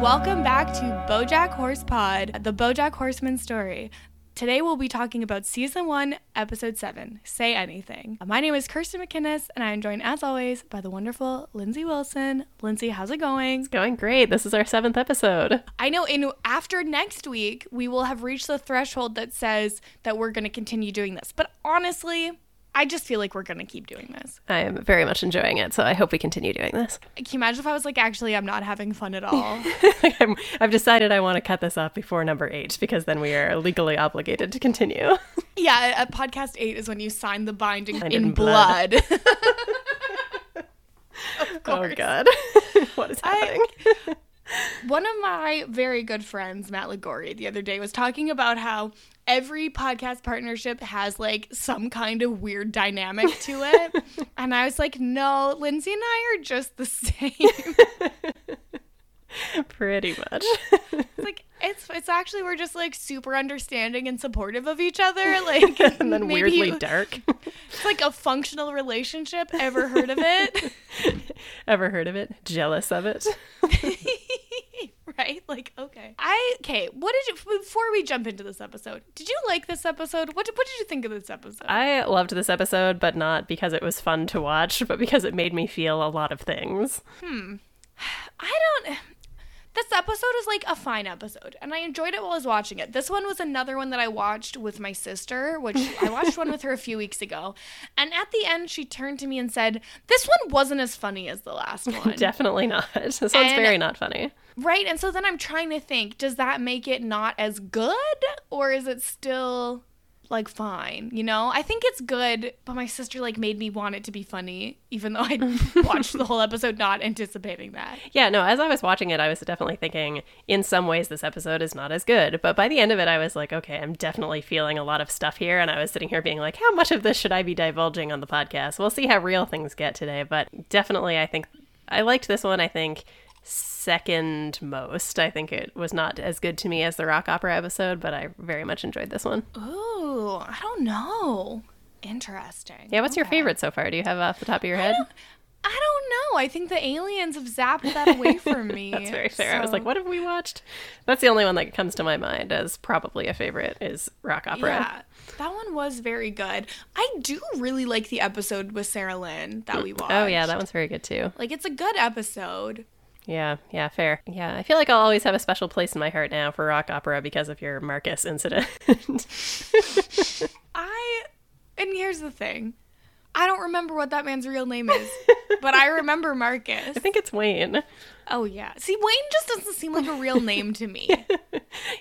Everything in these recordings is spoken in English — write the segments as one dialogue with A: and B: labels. A: Welcome back to Bojack Horse Pod, the Bojack Horseman story. Today we'll be talking about season one, episode seven, Say Anything. My name is Kirsten McInnes, and I am joined as always by the wonderful Lindsay Wilson. Lindsay, how's it going?
B: Going great. This is our seventh episode.
A: I know in after next week we will have reached the threshold that says that we're gonna continue doing this. But honestly, I just feel like we're gonna keep doing this.
B: I am very much enjoying it, so I hope we continue doing this.
A: Can you imagine if I was like, actually I'm not having fun at all?
B: I'm, I've decided I want to cut this off before number eight because then we are legally obligated to continue.
A: yeah, at podcast eight is when you sign the binding
B: Signed
A: in,
B: in
A: blood.
B: blood.
A: of
B: oh,
A: course.
B: God. what is happening?
A: One of my very good friends, Matt Ligori, the other day was talking about how every podcast partnership has like some kind of weird dynamic to it. and I was like, no, Lindsay and I are just the same. it's
B: Pretty much.
A: like it's it's actually we're just like super understanding and supportive of each other. Like
B: and then
A: maybe
B: weirdly
A: you-
B: dark.
A: it's like a functional relationship. Ever heard of it?
B: Ever heard of it? Jealous of it?
A: right? Like, okay. I okay. What did you before we jump into this episode? Did you like this episode? What did, what did you think of this episode?
B: I loved this episode, but not because it was fun to watch, but because it made me feel a lot of things.
A: I don't. This episode is like a fine episode, and I enjoyed it while I was watching it. This one was another one that I watched with my sister, which I watched one with her a few weeks ago. And at the end, she turned to me and said, This one wasn't as funny as the last one.
B: Definitely not. This one's
A: And-
B: very not funny.
A: right? And so then I'm trying to think does that make it not as good, or is it still like fine? You know, I think it's good, but my sister like made me want it to be funny, even though I watched the whole episode not anticipating that.
B: Yeah, no, as I was watching it, I was definitely thinking, in some ways, this episode is not as good. But by the end of it, I was like, okay, I'm definitely feeling a lot of stuff here. And I was sitting here being like, how much of this should I be divulging on the podcast? We'll see how real things get today. But definitely, I think I liked this one, I think, second most. I think it was not as good to me as the rock opera episode, but I very much enjoyed this one.
A: Oh, Ooh, I don't know. Interesting.
B: Yeah, what's your
A: Okay.
B: favorite so far? Do you have off the top of your head?
A: I don't know. I think the aliens have zapped that away from me.
B: That's very fair. I was
A: so-
B: like, what have we watched? That's the only one that comes to my mind as probably a favorite is rock opera.
A: Yeah, that one was very good. I do really like the episode with Sarah Lynn that we watched.
B: Oh yeah, that one's very good too.
A: like it's a good episode.
B: Yeah, yeah, fair. Yeah, I feel like I'll always have a special place in my heart now for rock opera because of your Marcus incident.
A: I and here's the thing. I don't remember what that man's real name is, but I remember Marcus.
B: I think it's Wayne.
A: Oh yeah. See, Wayne just doesn't seem like a real name to me.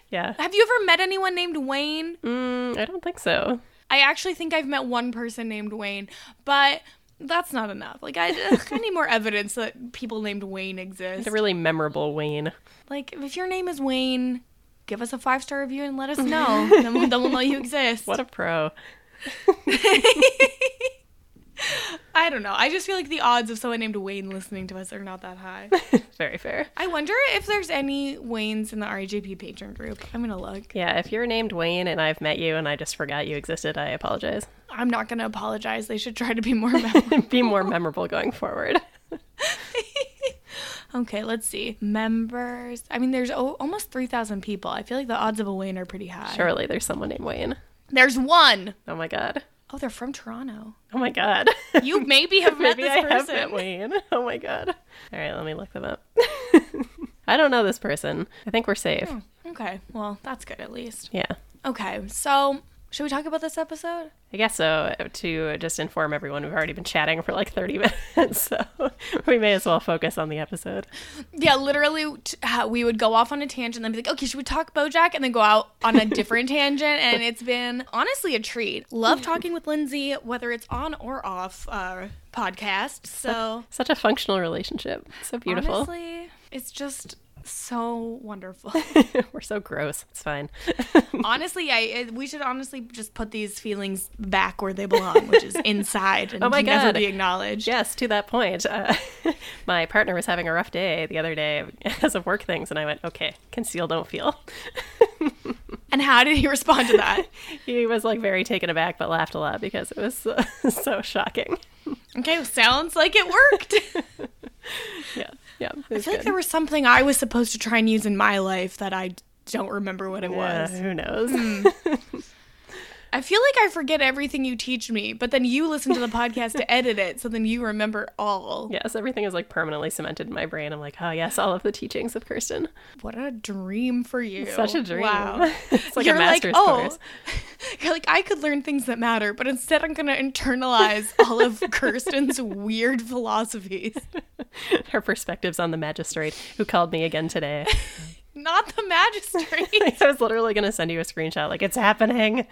B: Yeah,
A: Have you ever met anyone named Wayne?
B: mm, I don't think so.
A: I actually think I've met one person named Wayne, but that's not enough. Like I, I need more evidence that people named Wayne exist.
B: It's a really memorable Wayne.
A: Like if your name is Wayne, give us a five star review and let us know. then, we'll, then we'll know you exist.
B: What a pro.
A: I don't know. I just feel like the odds of someone named Wayne listening to us are not that high.
B: very fair.
A: I wonder if there's any Waynes in the RJP patron group. I'm gonna look.
B: Yeah, if you're named Wayne and I've met you and I just forgot you existed, I apologize.
A: I'm not gonna apologize. They should try to be more memorable.
B: Be more memorable going forward.
A: okay, let's see. Members. I mean, there's o- almost 3,000 people. I feel like the odds of a Wayne are pretty high.
B: Surely there's someone named Wayne.
A: There's one.
B: Oh my god.
A: Oh, they're from Toronto.
B: Oh my god.
A: You maybe have met
B: Maybe
A: this
B: I have
A: person.
B: met Wayne. Oh my god. All right, let me look them up. I don't know this person. I think we're safe.
A: Hmm. Okay, well, that's good at least.
B: Yeah.
A: Okay, so should we talk about this episode?
B: I guess so. To just inform everyone, we've already been chatting for like 30 minutes, so we may as well focus on the episode.
A: Yeah, literally, t- how we would go off on a tangent and then be like, okay, should we talk Bojack? And then go out on a different tangent. And it's been honestly a treat. Love talking with Lindsay, whether it's on or off our podcast. So,
B: Such a functional relationship. So beautiful.
A: honestly, it's just so wonderful.
B: we're so gross. It's fine.
A: honestly, I, it, we should honestly just put these feelings back where they belong, which is inside and
B: Oh my
A: can never
B: God.
A: be acknowledged.
B: Yes, to that point. Uh, my partner was having a rough day the other day as of work things, and I went, okay, conceal, don't feel.
A: And how did he respond to that?
B: He was like very taken aback, but laughed a lot because it was uh, so shocking.
A: okay, sounds like it worked.
B: Yeah. Yeah.
A: I feel like there was something I was supposed to try and use in my life that I don't remember what it was. Hmm.
B: who knows?
A: I feel like I forget everything you teach me, but then you listen to the podcast to edit it, so then you remember all.
B: yes, everything is like permanently cemented in my brain. I'm like, oh yes, all of the teachings of Kirsten.
A: What a dream for you.
B: Such a dream.
A: Wow.
B: it's like
A: You're
B: a master's
A: like, oh.
B: course.
A: You're like, I could learn things that matter, but instead I'm going to internalize all of Kirsten's weird philosophies.
B: Her perspectives on the magistrate who called me again today.
A: Not the magistrate.
B: I was literally gonna send you a screenshot, like it's happening.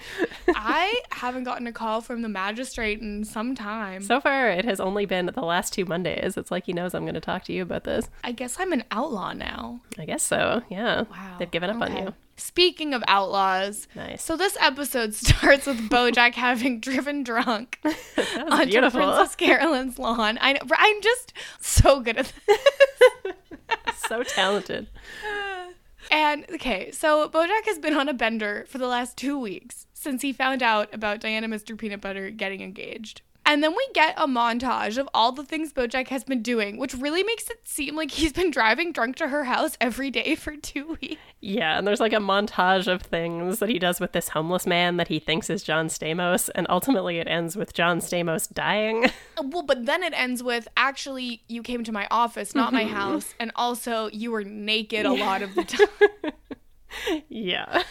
A: I haven't gotten a call from the magistrate in some time.
B: So far, it has only been the last two Mondays. It's like he knows I'm going to talk to you about this.
A: I guess I'm an outlaw now.
B: I guess so. Yeah. They've given up
A: Okay.
B: on you.
A: Speaking of outlaws,
B: Nice.
A: so this episode starts with Bojack having driven drunk
B: That was
A: onto
B: beautiful.
A: Princess Carolyn's lawn. I know, I'm just so good at this.
B: so talented.
A: And okay, so Bojack has been on a bender for the last two weeks since he found out about Diana Mr. Peanut Butter getting engaged. And then we get a montage of all the things Bojack has been doing, which really makes it seem like he's been driving drunk to her house every day for two weeks.
B: Yeah, and there's like a montage of things that he does with this homeless man that he thinks is John Stamos, and ultimately it ends with John Stamos dying.
A: Uh, Well, but then it ends with actually, you came to my office, not my house. And also, you were naked a lot of the time.
B: yeah.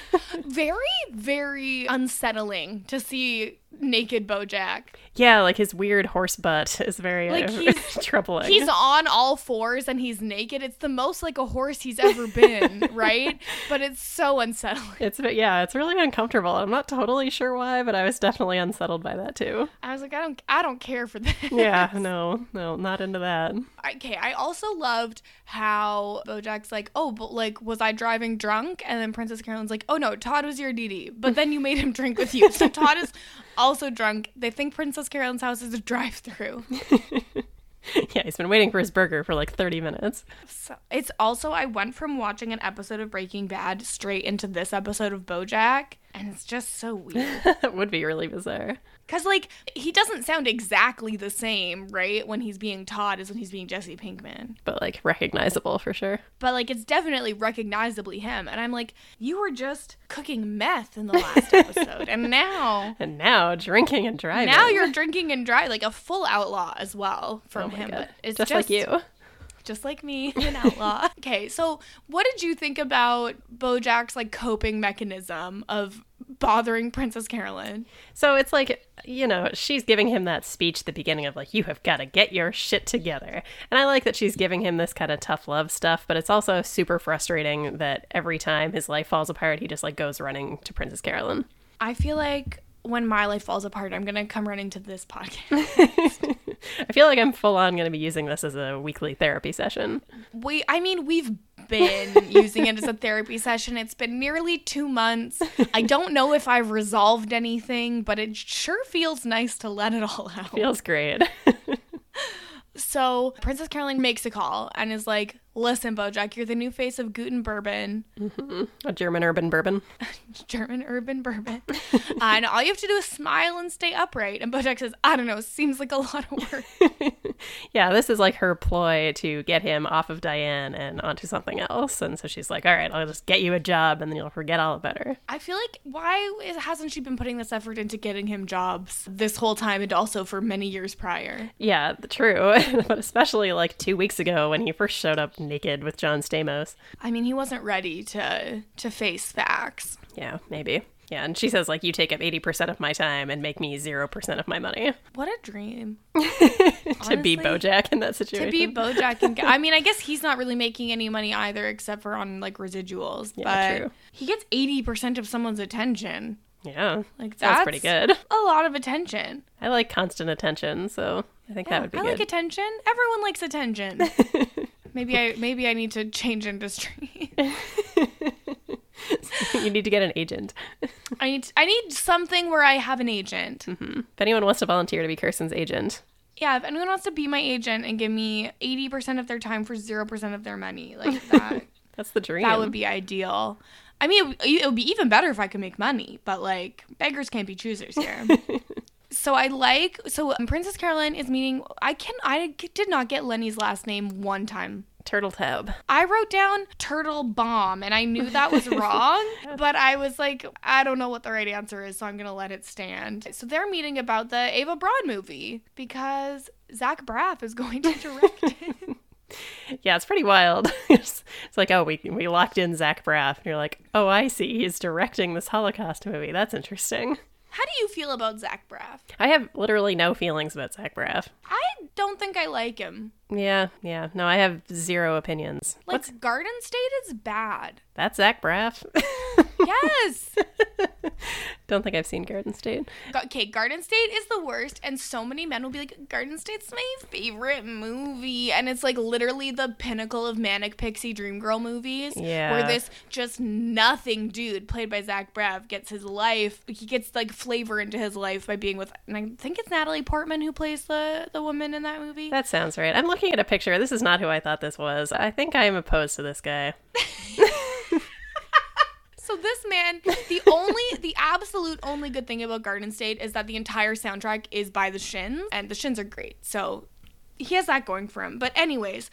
A: Very, very unsettling to see naked Bojack.
B: Yeah, like his weird horse butt is very
A: Like,
B: uh,
A: he's-
B: troubling.
A: He's on all fours and he's naked. It's the most like a horse he's ever been, right? But it's so unsettling.
B: it's but yeah, it's really uncomfortable. I'm not totally sure why, but I was definitely unsettled by that too.
A: I was like, I don't, I don't care for this.
B: Yeah, no, no, not into that.
A: Okay, I also loved how Bojack's like, oh, but like, was I driving drunk? And then Princess Carolyn's like, oh no, Todd was your DD, but then you made him drink with you. So Todd is also drunk. They think Princess Carolyn's house is a drive-through.
B: Yeah, he's been waiting for his burger for like 30 minutes.
A: So it's also I went from watching an episode of Breaking Bad straight into this episode of Bojack, and it's just so weird.
B: that would be really bizarre.
A: Because, like, he doesn't sound exactly the same, right? When he's being Todd as when he's being Jesse Pinkman.
B: But like recognizable for sure.
A: But, like, it's definitely recognizably him. And I'm like, you were just cooking meth in the last episode. and now,
B: And now drinking and driving.
A: now you're drinking and dry, like a full outlaw as well
B: oh
A: from
B: my
A: him.
B: God.
A: But it's
B: just, like you.
A: Just like me, an outlaw. okay, so what did you think about Bojack's, like, coping mechanism of bothering Princess Carolyn?
B: So it's like, you know, she's giving him that speech at the beginning of like, you have got to get your shit together. And I like that she's giving him this kind of tough love stuff, but it's also super frustrating that every time his life falls apart, he just like goes running to Princess Carolyn.
A: I feel like when my life falls apart, I'm going to come running to this podcast.
B: I feel like I'm full on going to be using this as a weekly therapy session.
A: We, I mean, we've been using it as a therapy session. It's been nearly two months. I don't know if I've resolved anything, but it sure feels nice to let it all out.
B: Feels great.
A: So Princess Caroline makes a call and is like, "Listen, BoJack, you're the new face of Guten Bourbon,
B: a German urban bourbon.
A: German urban bourbon, and all you have to do is smile and stay upright." And BoJack says, "I don't know. Seems like a lot of work."
B: Yeah, this is like her ploy to get him off of Diane and onto something else. And so she's like, all right, I'll just get you a job and then you'll forget all about her.
A: I feel like why is- hasn't she been putting this effort into getting him jobs this whole time and also for many years prior?
B: Yeah, th- true. but especially like two weeks ago when he first showed up naked with John Stamos.
A: I mean, he wasn't ready to to face facts.
B: Yeah, maybe. Yeah, and she says, like, you take up 80% of my time and make me 0% of my money
A: What a dream
B: to be
A: Honestly,
B: Bojack in that situation.
A: to be BoJack. And I mean, I guess he's not really making any money either, except for on like residuals.
B: Yeah,
A: but
B: true.
A: he gets eighty percent of someone's attention.
B: yeah,
A: Like
B: that's
A: that's
B: pretty good.
A: A lot of attention.
B: I like constant attention, so I think that would be
A: I
B: good.
A: like attention. Everyone likes attention. maybe I maybe I need to change industry.
B: you need to get an agent.
A: I need I need something where I have an agent.
B: If anyone wants to volunteer to be Kirsten's agent,
A: Yeah, if anyone wants to be my agent and give me 80% of their time for 0% of their money, like that,
B: that's the dream.
A: that would be ideal. I mean, it, it would be even better if I could make money, but like, beggars can't be choosers here. so I like, so um, Princess Caroline is meeting, I can, I did not get Lenny's last name one time
B: Turtle tub.
A: I wrote down turtle bomb and I knew that was wrong, but I was like, I don't know what the right answer is, so I'm going to let it stand. So they're meeting about the Ava Braun movie because Zach Braff is going to direct it.
B: Yeah, it's pretty wild. it's, it's like, oh, we we locked in Zach Braff, and you're like, oh, I see, he's directing this Holocaust movie. That's interesting.
A: How do you feel about Zach Braff?
B: I have literally no feelings about Zach Braff.
A: I don't think I like him.
B: Yeah, yeah. No, I have zero opinions.
A: Like,
B: What's
A: Garden State is bad.
B: that, Zach Braff?
A: Yes.
B: Don't think I've seen Garden State.
A: Ga- Okay, Garden State is the worst, and so many men will be like, Garden State's my favorite movie. And it's like literally the pinnacle of Manic Pixie Dream Girl movies. Where
B: Yeah.
A: this just nothing dude, played by Zach Braff, gets his life. He gets like flavor into his life by being with, and I think it's Natalie Portman who plays the, the woman in that movie.
B: That sounds right. I'm looking at a picture. This is not who I thought this was. I think I am opposed to this guy.
A: So this man, the only, the absolute only good thing about Garden State is that the entire soundtrack is by the Shins, and the Shins are great. So he has that going for him. But anyways,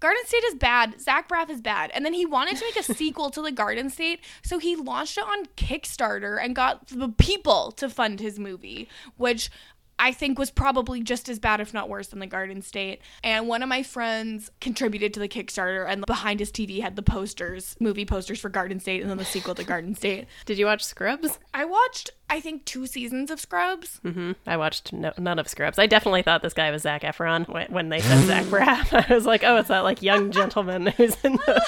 A: Garden State is bad. Zach Braff is bad, and then he wanted to make a sequel to the Garden State, so he launched it on Kickstarter and got the people to fund his movie, which. I think was probably just as bad if not worse than the Garden State. And one of my friends contributed to the Kickstarter and behind his TV had the posters, movie posters for Garden State and then the sequel to Garden State.
B: Did you watch Scrubs?
A: I watched I think two seasons of Scrubs.
B: hmm I watched no, none of Scrubs. I definitely thought this guy was Zach Efron when, when they said Zach Braff. I was like, oh, it's that like young gentleman who's in the,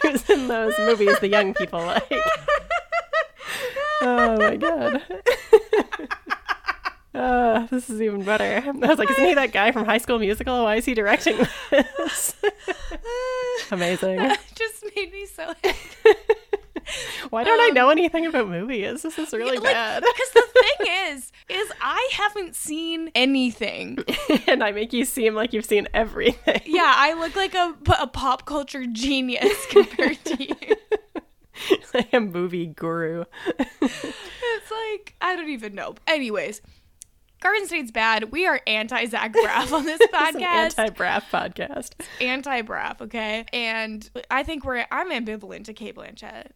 B: who's in those movies the young people like. Oh my god. Oh, this is even better. I was like, isn't he that guy from High School Musical? Why is he directing this? Amazing.
A: That just made me so happy.
B: Why don't I know anything about movies? This is really bad.
A: Because the thing is, is I haven't seen anything.
B: and I make you seem like you've seen everything.
A: Yeah, I look like a, a pop culture genius compared to you.
B: I am movie guru.
A: It's like I don't even know. Anyways, Garden State's bad. We are anti Zach Braff on this podcast.
B: Anti Braff podcast.
A: anti Braff, okay? And I think we're I'm ambivalent to Kate Blanchett.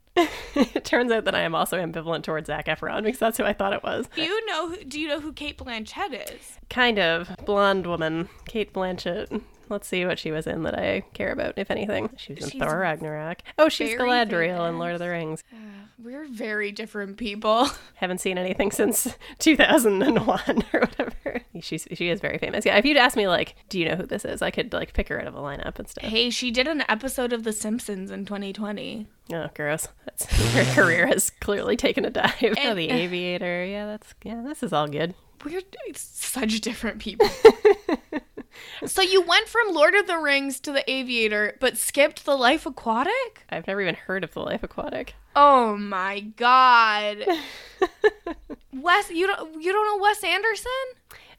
B: it turns out that I am also ambivalent towards Zach Efron because that's who I thought it was.
A: Do you know who, do you know who Kate Blanchett is?
B: Kind of blonde woman, Kate Blanchett. Let's see what she was in that I care about, if anything. She was in
A: She's
B: Thor Ragnarok. Oh, she's
A: very
B: Galadriel in Lord of the Rings.
A: Uh, We're very different people.
B: Haven't seen anything since 2001 or whatever. She's, she is very famous. Yeah, if you'd asked me, like, do you know who this is? I could, like, pick her out of a lineup and stuff.
A: Hey, she did an episode of The Simpsons in 2020.
B: Oh, gross. That's, her career has clearly taken a dive. oh, The Aviator. Yeah, that's, yeah, this is all good.
A: We're such different people. so you went from Lord of the Rings to The Aviator, but skipped The Life Aquatic?
B: I've never even heard of The Life Aquatic.
A: Oh my god. Wes you don't you don't know Wes Anderson?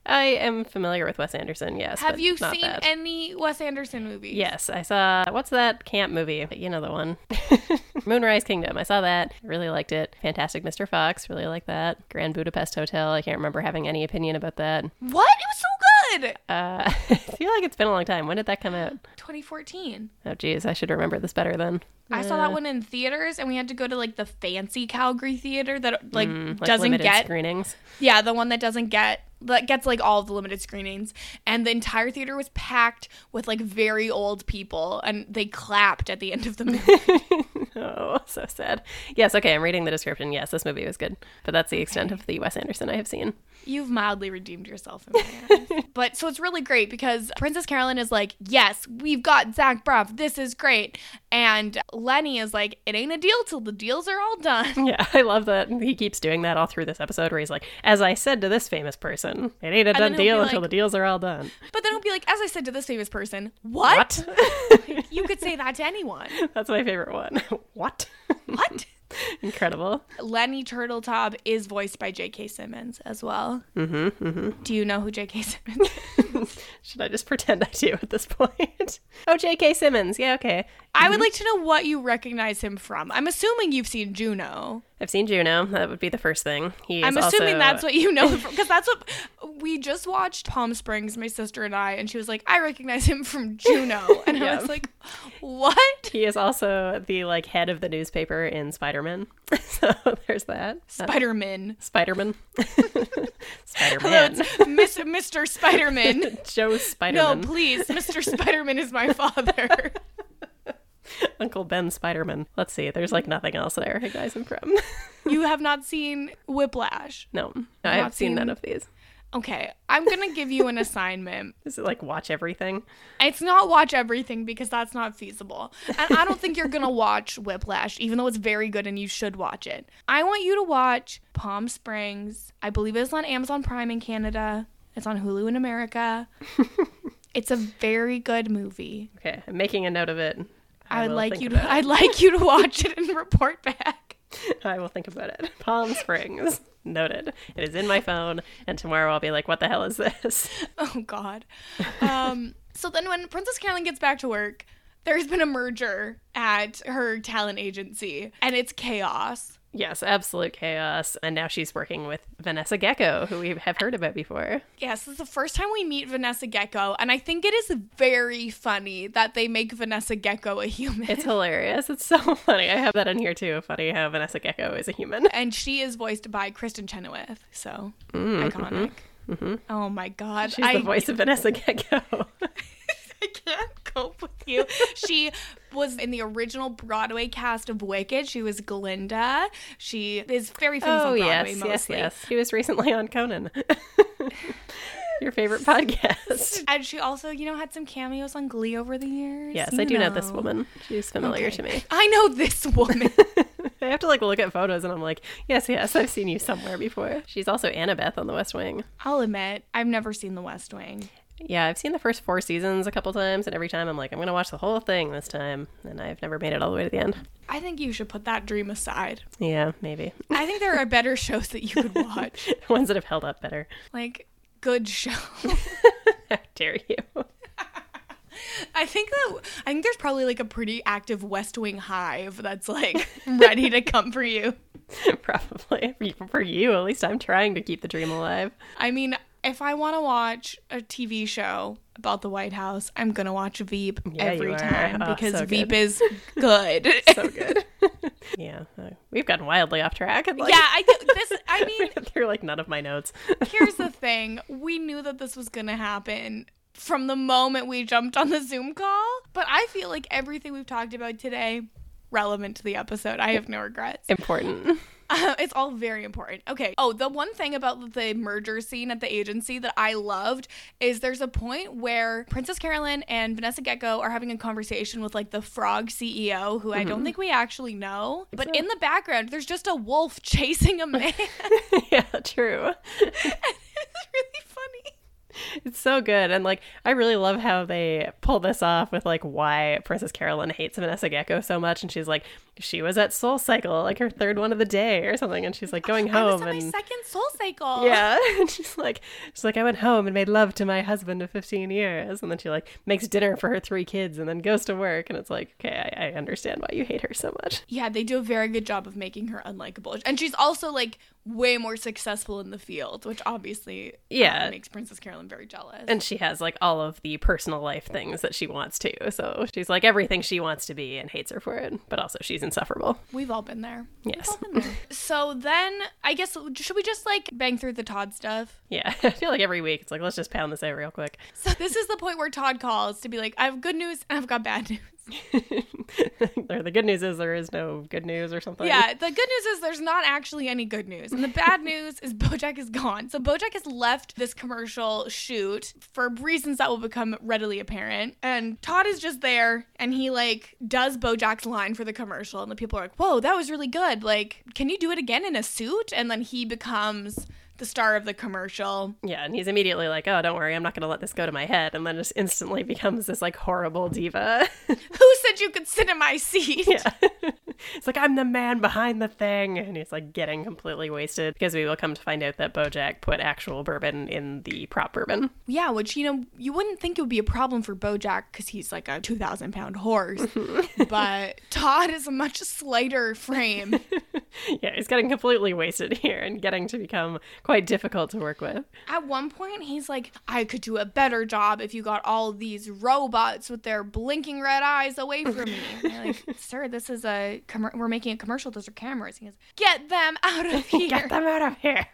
B: I am familiar with Wes Anderson, yes.
A: Have
B: but
A: you
B: not
A: seen
B: that.
A: any Wes Anderson movies?
B: Yes, I saw what's that camp movie? You know the one. Moonrise Kingdom. I saw that. I really liked it. Fantastic Mr. Fox, really like that. Grand Budapest Hotel. I can't remember having any opinion about that.
A: What? It was so good.
B: Uh, I feel like it's been a long time. When did that come out?
A: 2014.
B: Oh geez, I should remember this better then.
A: I saw
B: Uh.
A: that one in theaters and we had to go to like the fancy Calgary theater that like
B: Mm, Like,
A: doesn't
B: limited
A: get
B: screenings.
A: Yeah, the one that doesn't get that gets like all of the limited screenings and the entire theater was packed with like very old people and they clapped at the end of the movie.
B: oh, so sad. Yes, okay, I'm reading the description. Yes, this movie was good. But that's the extent of the Wes Anderson I have seen.
A: You've mildly redeemed yourself in my eyes. But so it's really great because Princess Carolyn is like, Yes, we've got Zach Braff. This is great. And Lenny is like, It ain't a deal till the deals are all done.
B: Yeah, I love that he keeps doing that all through this episode where he's like, as I said to this famous person, it ain't a
A: then
B: done
A: he'll be
B: deal until
A: like-
B: the deals are all done.
A: But then he'll be like, As I said to this famous person, What? You could say that to anyone.
B: That's my favorite one. what?
A: What?
B: Incredible.
A: Lenny Turtletop is voiced by J.K. Simmons as well. Mm-hmm, Do you know who J.K. Simmons is?
B: Should I just pretend I do at this point? oh, J.K. Simmons. Yeah, okay.
A: I would like to know what you recognize him from. I'm assuming you've seen Juno.
B: I've seen Juno. That would be the first thing. He is
A: I'm assuming
B: also-
A: that's what you know because that's what we just watched Palm Springs, my sister and I, and she was like, "I recognize him from Juno," and I
B: Yeah.
A: was like, "What?"
B: He is also the like head of the newspaper in Spider-Man. so there's that. Uh,
A: Spider-Man.
B: Spider-Man.
A: Hello,
B: Spider-Man.
A: it's Miss, Mr. Spider-Man.
B: Joe
A: No,
B: Spider-Man.
A: please, Mr. Spider-Man is my father.
B: Uncle Ben Spider-Man. Let's see. There's like nothing else that I recognize him from.
A: You have not seen Whiplash.
B: no. No, I have seen none
A: seen-
B: of these.
A: Okay, I'm going to give you an assignment.
B: Is it like watch everything?
A: It's not watch everything because that's not feasible. And I don't think you're going to watch Whiplash, even though it's very good and you should watch it. I want you to watch Palm Springs. I believe it's on Amazon Prime in Canada, it's on Hulu in America. it's a very good movie.
B: Okay. I'm making a note of it.
A: I, would
B: will
A: like
B: think
A: you
B: about
A: to I'd like you to watch it and report back.
B: it. I will think about it. Palm Springs. Noted. It is in my phone, and tomorrow I'll be like, what the hell is this?
A: Oh God. Um, so then, when Princess Carolyn gets back to work, there's been a merger at her talent agency, and it's chaos.
B: Yes, absolute chaos. And now she's working with Vanessa Gecko, who we have heard about before.
A: Yes, this is the first time we meet Vanessa Gecko, and I think it is very funny that they make Vanessa Gecko a human.
B: It's hilarious. It's so funny. I have that in here too. Funny how Vanessa Gecko is a human.
A: and she is voiced by Kristen Chenoweth, so iconic. Oh my God,
B: Mm, mm-hmm, She's
A: I,
B: the voice of Vanessa Gecko.
A: I can't cope with you. She was in the original Broadway cast of Wicked. She was Glinda. She is very famous
B: Oh,
A: on Broadway mostly.
B: She was recently on Conan. Your favorite podcast.
A: And she also, you know, had some cameos on Glee over the years.
B: Yes,
A: you
B: I do know. this woman. She's familiar to me.
A: I know this woman.
B: I have to like look at photos and I'm like, yes, yes, I've seen you somewhere before. She's also Annabeth on The West Wing.
A: I'll admit, I've never seen The West Wing.
B: Yeah, I've seen the first four seasons a couple times, and every time I'm like, I'm gonna watch the whole thing this time, and I've never made it all the way to the end.
A: I think you should put that dream aside.
B: Yeah, maybe
A: I think there are better shows that you could watch,
B: ones that have held up better.
A: like good shows.
B: How dare you?
A: I think that I think there's probably like a pretty active West Wing hive that's like ready to come for you.
B: Probably for you, at least I'm trying to keep the dream alive.
A: I mean, if I want to watch a TV show about the White House, I'm gonna watch Veep
B: Yeah, you
A: every
B: are.
A: time
B: Oh,
A: because
B: so
A: Veep
B: good.
A: is good.
B: So good. yeah, uh, we've gotten wildly off track. and, Like,
A: yeah, I get this. I mean,
B: through like none of my notes.
A: here's the thing: we knew that this was gonna happen from the moment we jumped on the Zoom call. But I feel like everything we've talked about today relevant to the episode. I have no regrets.
B: Important.
A: Uh, it's all very important. Okay. Oh, the one thing about the merger scene at the agency that I loved is there's a point where Princess Carolyn and Vanessa Gecko are having a conversation with like the frog CEO, who I don't think we actually know. But in the background, there's just a wolf chasing a man. it's
B: yeah, true.
A: really funny.
B: It's so good, and like I really love how they pull this off with like why Princess Carolyn hates Vanessa Gecko so much, and she's like, she was at Soul Cycle, like her third one of the day or something, and she's like going
A: I was
B: home
A: on my
B: and.
A: second soul cycle.
B: Yeah, and she's like, she's like, I went home and made love to my husband of fifteen years, and then she like makes dinner for her three kids, and then goes to work, and it's like, okay, I, I understand why you hate her so much.
A: Yeah, they do a very good job of making her unlikable. And she's also like way more successful in the field, which obviously um,
B: Yeah.
A: makes Princess Carolyn very jealous.
B: And she has like all of the personal life things that she wants to, so she's like everything she wants to be and hates her for it, but also she's insufferable.
A: We've all been there.
B: Yes,
A: So then, I guess should we just like bang through the Todd stuff?
B: yeah. I feel like every week it's like let's just pound this out real quick.
A: So this is the point where Todd calls to be like, "I have good news and I've got bad news."
B: or the good news is there is no good news or something.
A: Yeah, the good news is there's not actually any good news, and the bad news is BoJack is gone. So BoJack has left this commercial shoot for reasons that will become readily apparent, and Todd is just there, and he like does BoJack's line for the commercial, and the people are like, "Whoa, that was really good! Like, can you do it again in a suit?" And then he becomes the star of the commercial.
B: Yeah, and he's immediately like, "Oh, don't worry, I'm not going to let this go to my head," and then just instantly becomes this like horrible diva.
A: Who said you could sit in my seat?
B: yeah, It's like, I'm the man behind the thing. And he's like getting completely wasted because we will come to find out that Bojack put actual bourbon in the prop bourbon.
A: Yeah, which you know you wouldn't think it would be a problem for BoJack because he's like a two thousand pound horse, but Todd is a much slighter frame.
B: yeah, he's getting completely wasted here and getting to become quite difficult to work with.
A: At one point, he's like, "I could do a better job if you got all these robots with their blinking red eyes away from me." And you're like, sir, this is a com- we're making a commercial. Those are cameras. He goes, "Get them out of here."
B: Get them out of here.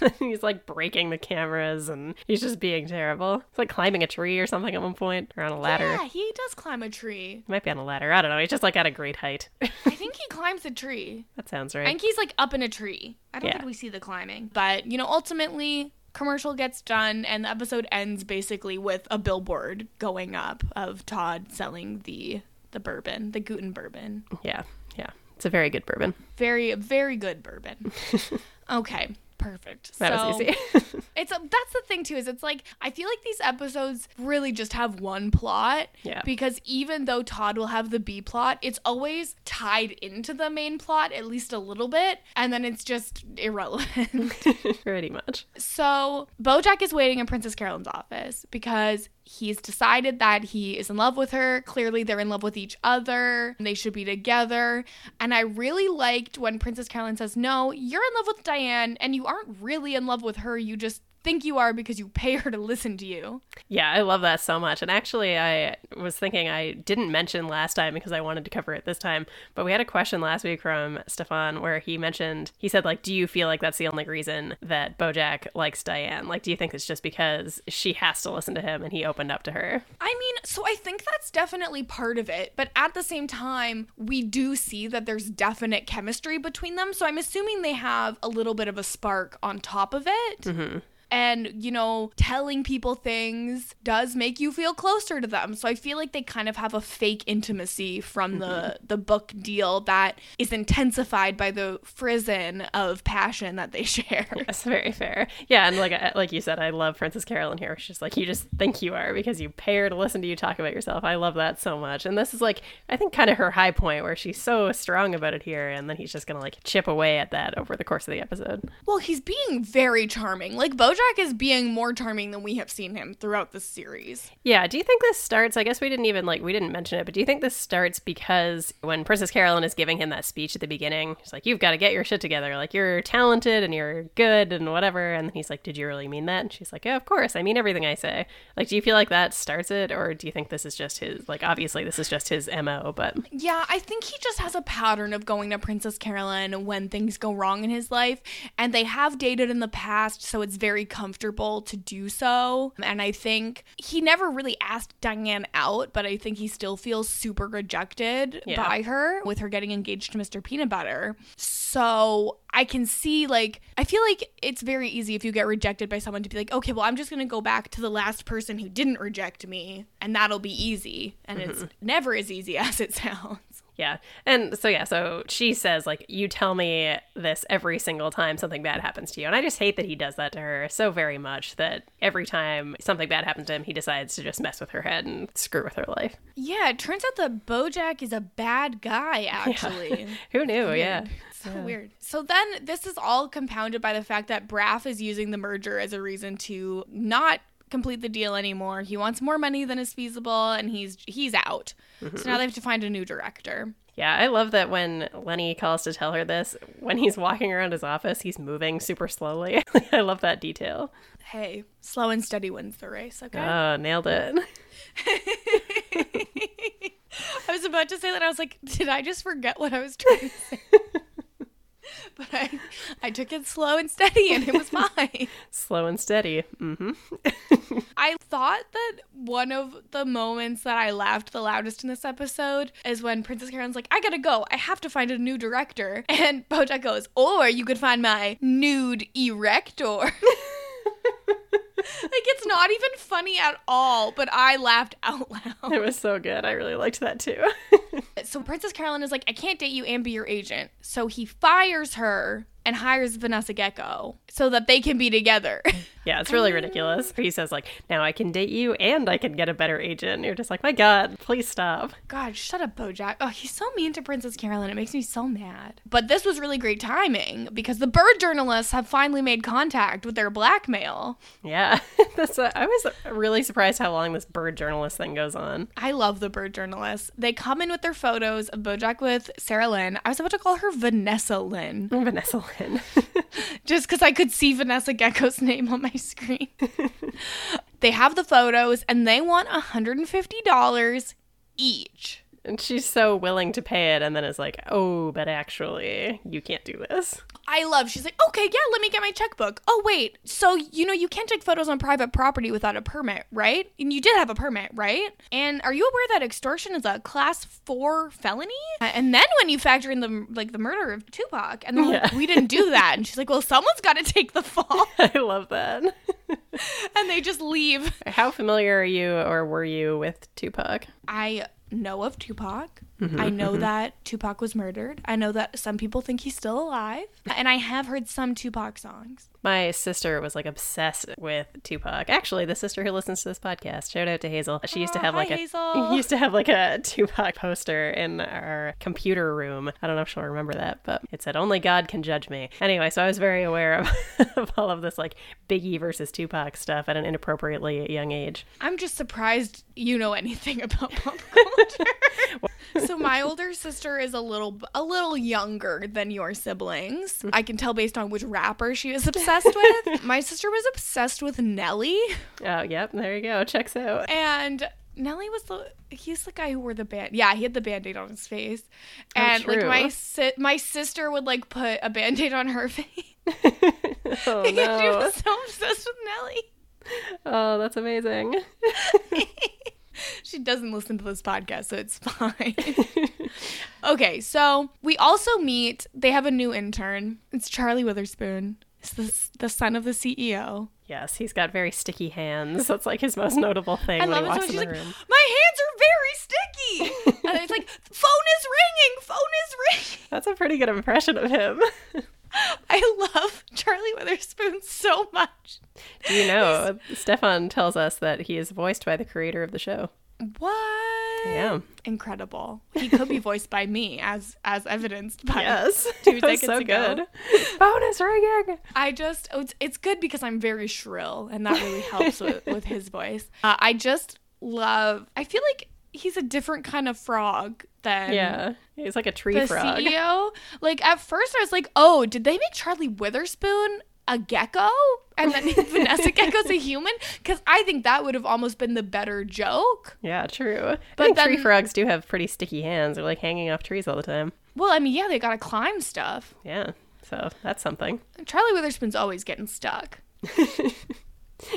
B: And he's like breaking the cameras and he's just being terrible. It's like climbing a tree or something at one point or on a ladder.
A: Yeah, he does climb a tree.
B: Might be on a ladder. I don't know. He's just like at a great height.
A: I think he climbs a tree.
B: that sounds
A: I
B: right.
A: think he's like up in a tree. I don't
B: Yeah.
A: think we see the climbing. But, you know, ultimately, commercial gets done and the episode ends basically with a billboard going up of Todd selling the the bourbon, the Guten bourbon.
B: yeah, yeah. It's a very good bourbon.
A: Very very good bourbon. okay. Perfect.
B: That
A: so,
B: was easy.
A: It's a, that's the thing too is it's like I feel like these episodes really just have one plot
B: Yeah.
A: because even though Todd will have the B plot, it's always tied into the main plot at least a little bit and then it's just irrelevant.
B: Pretty much.
A: so, Bojack is waiting in Princess Carolyn's office because he's decided that he is in love with her. Clearly they're in love with each other. They should be together. And I really liked when Princess Carolyn says, "No, you're in love with Diane and you aren't really in love with her. You just think you are because you pay her to listen to you."
B: Yeah, I love that so much. And actually, I was thinking I didn't mention last time because I wanted to cover it this time, but we had a question last week from Stefan where he mentioned, he said, like, do you feel like that's the only reason that Bojack likes Diane? Like, do you think it's just because she has to listen to him and he opened up to her?
A: I mean, so I think that's definitely part of it, but at the same time, we do see that there's definite chemistry between them. So I'm assuming they have a little bit of a spark on top of it. And, you know, telling people things does make you feel closer to them. So I feel like they kind of have a fake intimacy from the the book deal that is intensified by the frizzen of passion that they share.
B: That's very fair. Yeah, and like I- like you said, I love Princess Carolyn here. She's just like you just think you are because you pay her to listen to you talk about yourself. I love that so much. And this is like I think kind of her high point where she's so strong about it here, and then he's just gonna like chip away at that over the course of the episode.
A: Well, he's being very charming. Like Bojack is being more charming than we have seen him throughout the series.
B: Yeah. Do you think this starts? I guess we didn't even like we didn't mention it, but do you think this starts because when Princess Carolyn is giving him that speech at the beginning, she's like, "You've got to get your shit together. Like you're talented and you're good and whatever." And then he's like, "Did you really mean that?" And she's like, "Yeah, of course. I mean everything I say." Like, do you feel like that starts it, or do you think this is just his? Like, obviously this is just his mo, but
A: Yeah, I think he just has a pattern of going to Princess Carolyn when things go wrong in his life, and they have dated in the past, so it's very comfortable to do so. And I think he never really asked Diane out, but I think he still feels super rejected
B: Yeah.
A: by her with her getting engaged to Mr. Peanut Butter. So I can see, like, I feel like it's very easy if you get rejected by someone to be like, okay, well, I'm just going to go back to the last person who didn't reject me, and that'll be easy. And it's never as easy as it sounds.
B: Yeah. And so, yeah, so she says, like, you tell me this every single time something bad happens to you. And I just hate that he does that to her so very much that every time something bad happens to him, he decides to just mess with her head and screw with her life.
A: Yeah, it turns out that Bojack is a bad guy, actually.
B: Who knew? Yeah.
A: So weird. So then this is all compounded by the fact that Braff is using the merger as a reason to not complete the deal anymore. He wants more money than is feasible and he's he's out. So now they have to find a new director.
B: Yeah. I love that when Lenny calls to tell her this, when he's walking around his office, he's moving super slowly. I love that detail.
A: Hey, slow and steady wins the race, okay?
B: Oh, nailed it.
A: I was about to say that I was like, did I just forget what I was trying to say? but I I took it slow and steady and it was mine.
B: Slow and steady. Mm hmm.
A: I thought that one of the moments that I laughed the loudest in this episode is when Princess Karen's like, I gotta go. I have to find a new director. And Bojack goes, Or you could find my nude erector. like, it's not even funny at all, but I laughed out loud.
B: It was so good. I really liked that too.
A: So Princess Carolyn is like, I can't date you and be your agent. So he fires her and hires Vanessa Gecko so that they can be together.
B: Yeah, it's really ridiculous. He says, like, now I can date you and I can get a better agent. And you're just like, my God, please stop.
A: God, shut up, Bojack. Oh, he's so mean to Princess Carolyn. It makes me so mad. But this was really great timing because the bird journalists have finally made contact with their blackmail.
B: Yeah. That's uh, I was really surprised how long this bird journalist thing goes on.
A: I love the bird journalists. They come in with their photos of Bojack with Sarah Lynn. I was about to call her Vanessa Lynn
B: Vanessa Lynn.
A: just because I could see Vanessa Gecko's name on my screen. they have the photos and they want $150 each.
B: and she's so willing to pay it. And then it's like, oh, but actually, you can't do this.
A: I love. She's like, okay, yeah, let me get my checkbook. Oh, wait. So, you know, you can't take photos on private property without a permit, right? And you did have a permit, right? And are you aware that extortion is a class four felony? Uh, And then when you factor in the, like, the murder of Tupac, and they're like,
B: Yeah.
A: we didn't do that. And she's like, well, someone's got to take the fall.
B: I love that.
A: and they just leave.
B: how familiar are you or were you with Tupac?
A: I know of Tupac. I know that Tupac was murdered. I know that some people think he's still alive. And I have heard some Tupac songs.
B: My sister was like obsessed with Tupac. Actually, the sister who listens to this podcast, shout out to Hazel. She used to
A: Oh,
B: have
A: hi,
B: like a
A: Hazel.
B: used to have like a Tupac poster in our computer room. I don't know if she'll remember that, but it said only God can judge me. Anyway, so I was very aware of, of all of this like Biggie versus Tupac stuff at an inappropriately young age.
A: I'm just surprised you know anything about pop culture. so my older sister is a little a little younger than your siblings.
B: Mm.
A: I can tell based on which rapper she was obsessed with. my sister was obsessed with Nelly
B: Oh, yep, there you go. Checks out.
A: and Nelly was the he's the guy who wore the band. Yeah, he had the band-aid on his face. And like
B: Oh, true.
A: my si- my sister would like put a band-aid on her face.
B: Oh
A: she
B: no.
A: was so obsessed with Nelly.
B: Oh, that's amazing.
A: She doesn't listen to this podcast, so it's fine. okay, so we also meet, they have a new intern. It's Charlie Witherspoon. It's the, the son of the E CEO.
B: Yes, he's got very sticky hands. That's like his most notable thing
A: I love it
B: when he
A: so much.
B: walks
A: She's
B: in
A: like,
B: the room.
A: my hands are very sticky. and it's like, phone is ringing, phone is ringing.
B: That's a pretty good impression of him.
A: I love Charlie Witherspoon so much.
B: Do you know, Stefan tells us that he is voiced by the creator of the show.
A: What?
B: Yeah.
A: Incredible. He could be voiced by me, as as evidenced by
B: Yes.
A: Two
B: That was
A: seconds
B: so
A: ago.
B: good. Bonus ringing.
A: I just oh, it's, it's good because I'm very shrill and that really helps with, with his voice. Uh, I just love. I feel like he's a different kind of frog than
B: Yeah. He's like a tree
A: the
B: frog.
A: CEO. Like at first, I was like, oh, did they make Charlie Witherspoon? A gecko, and then Vanessa Gecko's a human, because I think that would have almost been the better joke.
B: Yeah, true.
A: But
B: But tree
A: then-
B: frogs do have pretty sticky hands. They're like hanging off trees all the time.
A: Well, I mean, yeah, they gotta climb stuff.
B: Yeah. So that's something.
A: Charlie Witherspoon's always getting stuck.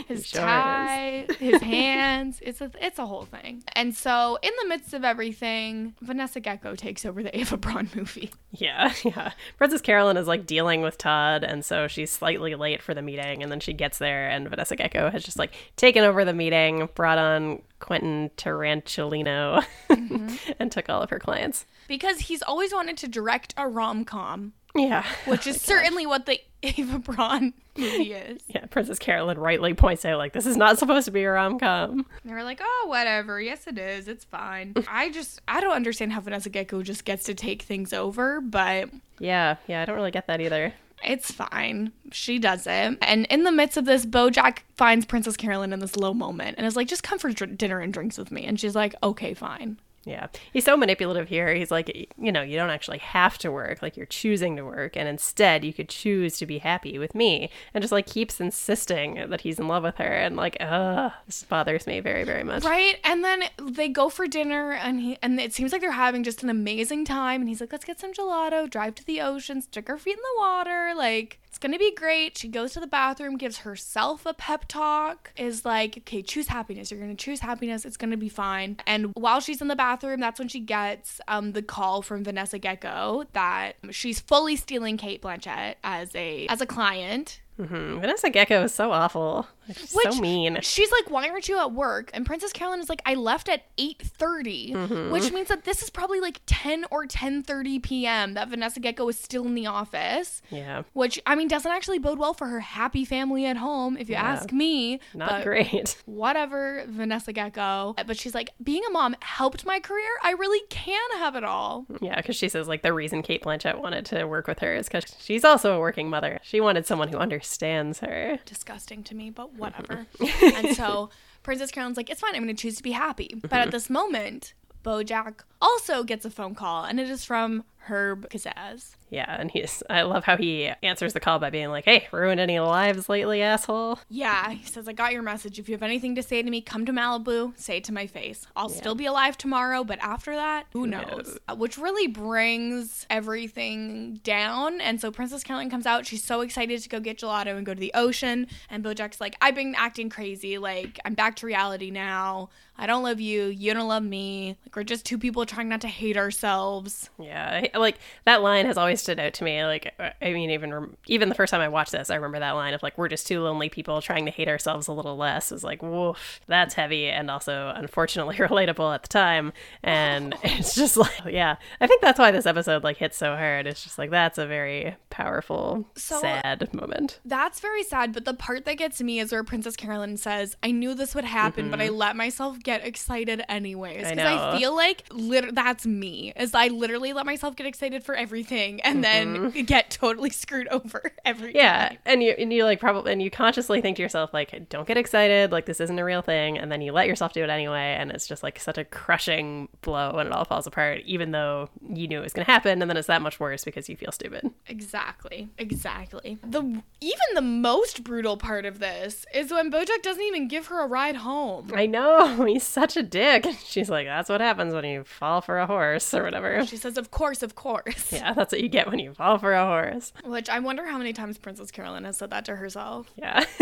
A: his
B: sure is.
A: tie, his hands. It's a it's a whole thing. And so, in the midst of everything, Vanessa Gecko takes over the Ava Braun movie.
B: Yeah, yeah. Princess Carolyn is like dealing with Todd, and so she's slightly late for the meeting. And then she gets there, and Vanessa Gecko has just like taken over the meeting, brought on Quentin Tarantulino, and took all of her clients.
A: Because he's always wanted to direct a rom com,
B: Yeah.
A: which is certainly what the Ava Braun movie is.
B: Yeah, Princess Carolyn rightly points out, like, this is not supposed to be a rom com.
A: And they were like, oh, whatever. Yes, it is. It's fine. I just, I don't understand how Vanessa Gecko just gets to take things over, but
B: Yeah, yeah, I don't really get that either.
A: It's fine. She does it. And in the midst of this, Bojack finds Princess Carolyn in this low moment and is like, just come for dr- dinner and drinks with me. And she's like, okay, fine.
B: Yeah. He's so manipulative here. He's like, you know, you don't actually have to work. Like, you're choosing to work. And instead, you could choose to be happy with me. And just like keeps insisting that he's in love with her. And like, ugh, this bothers me very, very much.
A: Right? And then they go for dinner and he and it seems like they're having just an amazing time. And he's like, let's get some gelato, drive to the ocean, stick our feet in the water. Like, it's gonna be great. She goes to the bathroom, gives herself a pep talk, is like, okay, choose happiness. You're gonna choose happiness. It's gonna be fine. And while she's in the bathroom, that's when she gets um, the call from Vanessa Gecko that she's fully stealing Kate Blanchett as a as a client.
B: hmm Vanessa Gecko is so awful. Like, she's
A: Which-
B: so mean.
A: She's like, "Why aren't you at work?" And Princess Caroline is like, "I left at 8:30,"
B: Mm-hmm.
A: which means that this is probably like 10 or 10:30 p.m. that Vanessa Gecko is still in the office,
B: Yeah,
A: which I mean doesn't actually bode well for her happy family at home if you
B: Yeah.
A: ask me.
B: not
A: but
B: great.
A: Whatever, Vanessa Gecko. But she's like, "Being a mom helped my career. I really can have it all."
B: Yeah, because she says like the reason Kate Blanchett wanted to work with her is because she's also a working mother. She wanted someone who understands her.
A: disgusting to me, but whatever. and so Princess Carolyn's like, it's fine, I'm going to choose to be happy. But at this moment, Bojack also gets a phone call, and it is from Herb Kazaz.
B: Yeah, and he's I love how he answers the call by being like, "Hey, ruined any lives lately, asshole?"
A: Yeah, he says, I got your message. If you have anything to say to me, come to Malibu, say it to my face. I'll still be alive tomorrow, but after that, who knows? Uh, Which really brings everything down. And so Princess Carolyn comes out. She's so excited to go get gelato and go to the ocean. And Bojack's like, I've been acting crazy. Like, I'm back to reality now. I don't love you. You don't love me. Like, we're just two people trying not to hate ourselves.
B: Yeah, I- like that line has always stood out to me. Like, I- I mean, even rem- even the first time I watched this, I remember that line of like, "We're just two lonely people trying to hate ourselves a little less." Is like, woof, that's heavy, and also unfortunately relatable at the time. And it's just like, yeah, I think that's why this episode like hits so hard. It's just like that's a very powerful,
A: So-
B: sad moment.
A: That's very sad, but the part that gets me is where Princess Carolyn says, I knew this would happen, but I let myself get excited anyways.
B: Mm-hmm. I
A: Because I,
B: know.
A: feel like lit- that's me, is I literally let myself get excited for everything and then get totally screwed over every
B: Mm-hmm. Yeah,
A: time.
B: and you and you like probably and you consciously think to yourself like, "Don't get excited. Like this isn't a real thing." And then you let yourself do it anyway, and it's just like such a crushing blow, and it all falls apart, even though you knew it was going to happen. And then it's that much worse because you feel stupid.
A: Exactly. Exactly. The Even the most brutal part of this is when Bojack doesn't even give her a ride home.
B: I know he's such a dick. She's like, "That's what happens when you fall for a horse or whatever."
A: She says, Of course, of course.
B: Yeah, that's what you get when you fall for a horse.
A: Which I wonder how many times Princess Carolyn has said that to herself.
B: Yeah.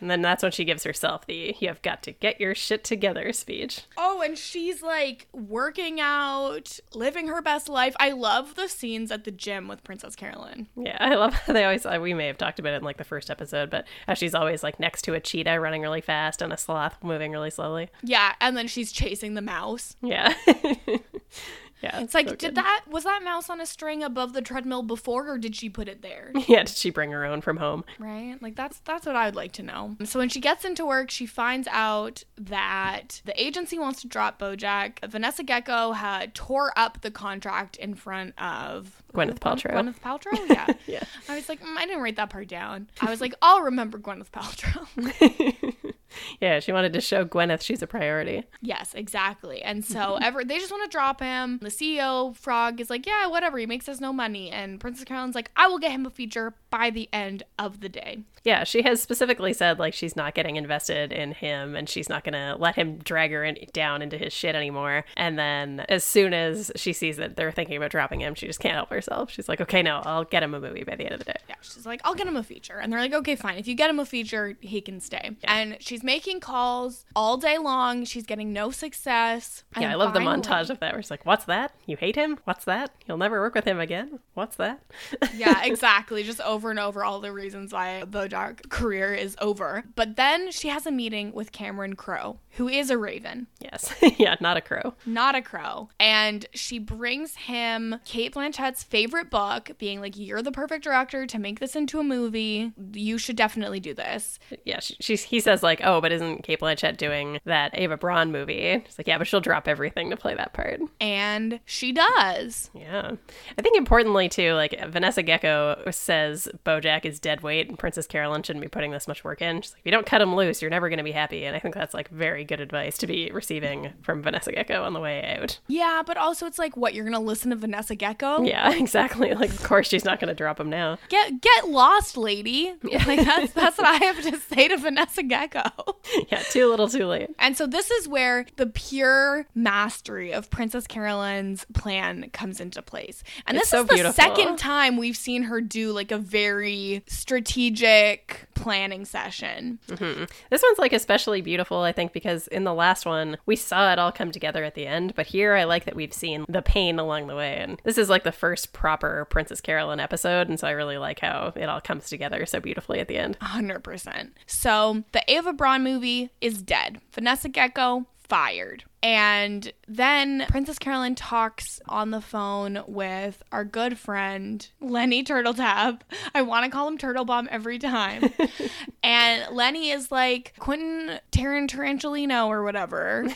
B: and then that's when she gives herself the you have got to get your shit together speech.
A: Oh, and she's like working out, living her best life. I love the scenes at the gym with Princess Carolyn.
B: Yeah, I love how they always. uh, We may have talked about it in like the first episode, but how she's always like next to a cheetah running really fast and a sloth moving really slowly.
A: Yeah, and then she's chasing the mouse.
B: Yeah, yeah.
A: It's like, did that was that mouse on a string above the treadmill before or did she put it there?
B: Yeah, did she bring her own from home?
A: Right? Like that's that's what I would like to know. So when she gets into work, she finds out that the agency wants to drop Bojack. Vanessa Gecko had tore up the contract in front of
B: Gwyneth Paltrow.
A: Gwyneth Paltrow? Yeah.
B: Oh. Yeah.
A: I was like, mm, I didn't write that part down. I was like, I'll remember Gwyneth Paltrow.
B: yeah, she wanted to show Gwyneth she's a priority.
A: Yes, exactly. And so ever they just want to drop him. The CEO Frog is like, yeah, whatever. He makes us no money. And Princess Carolyn's like, I will get him a feature by the end of the day.
B: Yeah, she has specifically said like she's not getting invested in him and she's not going to let him drag her in, down into his shit anymore. And then as soon as she sees that they're thinking about dropping him, she just can't help herself. She's like, "Okay, no, I'll get him a movie by the end of the day."
A: Yeah, she's like, I'll get him a feature. And they're like, okay, fine. If you get him a feature, he can stay. And she's making calls all day long. She's getting no success.
B: Yeah,
A: And
B: I love the
A: finally-
B: montage of that where it's like, what's that? You hate him? What's that? You'll never work with him again? What's that?
A: yeah, exactly. Just over and over all the reasons why Bojack career is over. But then she has a meeting with Cameron Crowe, who is a raven.
B: yes. yeah, not a crow.
A: not a crow. And she brings him Kate Blanchett's favorite book, being like, You're the perfect director to make this into a movie. You should definitely do this.
B: Yeah, she, she's, he says, like, oh, but isn't Kate Blanchett doing that Ava Braun movie? It's like, yeah, but she'll drop everything to play that part.
A: And she does.
B: Yeah. I think importantly, too, like, Vanessa Gecko says Bojack is dead weight and Princess Carolyn shouldn't be putting this much work in. She's like, if you don't cut him loose, you're never going to be happy. And I think that's, like, very good advice to be receiving from Vanessa Gecko on the way out.
A: Yeah, but also it's like, what, you're gonna listen to Vanessa Gecko?
B: Yeah, exactly. Like, of course she's not going to drop him now.
A: Get get lost, lady. Like that's that's what I have to say to Vanessa Gecko.
B: Yeah, too little, too late.
A: And so this is where the pure mastery of Princess Carolyn's plan comes into place. And
B: It's
A: this
B: so
A: is the
B: beautiful.
A: second time we've seen her do like a very strategic planning session.
B: Mhm. This one's like especially beautiful, I think, because in the last one, we saw it all come together at the end. But here, I like that we've seen the pain along the way. And this is like the first proper Princess Carolyn episode. And so I really like how it all comes together so beautifully at the end.
A: 100%. So the Ava Braun movie is dead. Vanessa Gecko fired. And then Princess Carolyn talks on the phone with our good friend Lenny Turtletap. I want to call him Turtle Bomb every time. and Lenny is like Quentin Taran Tarantulino or whatever.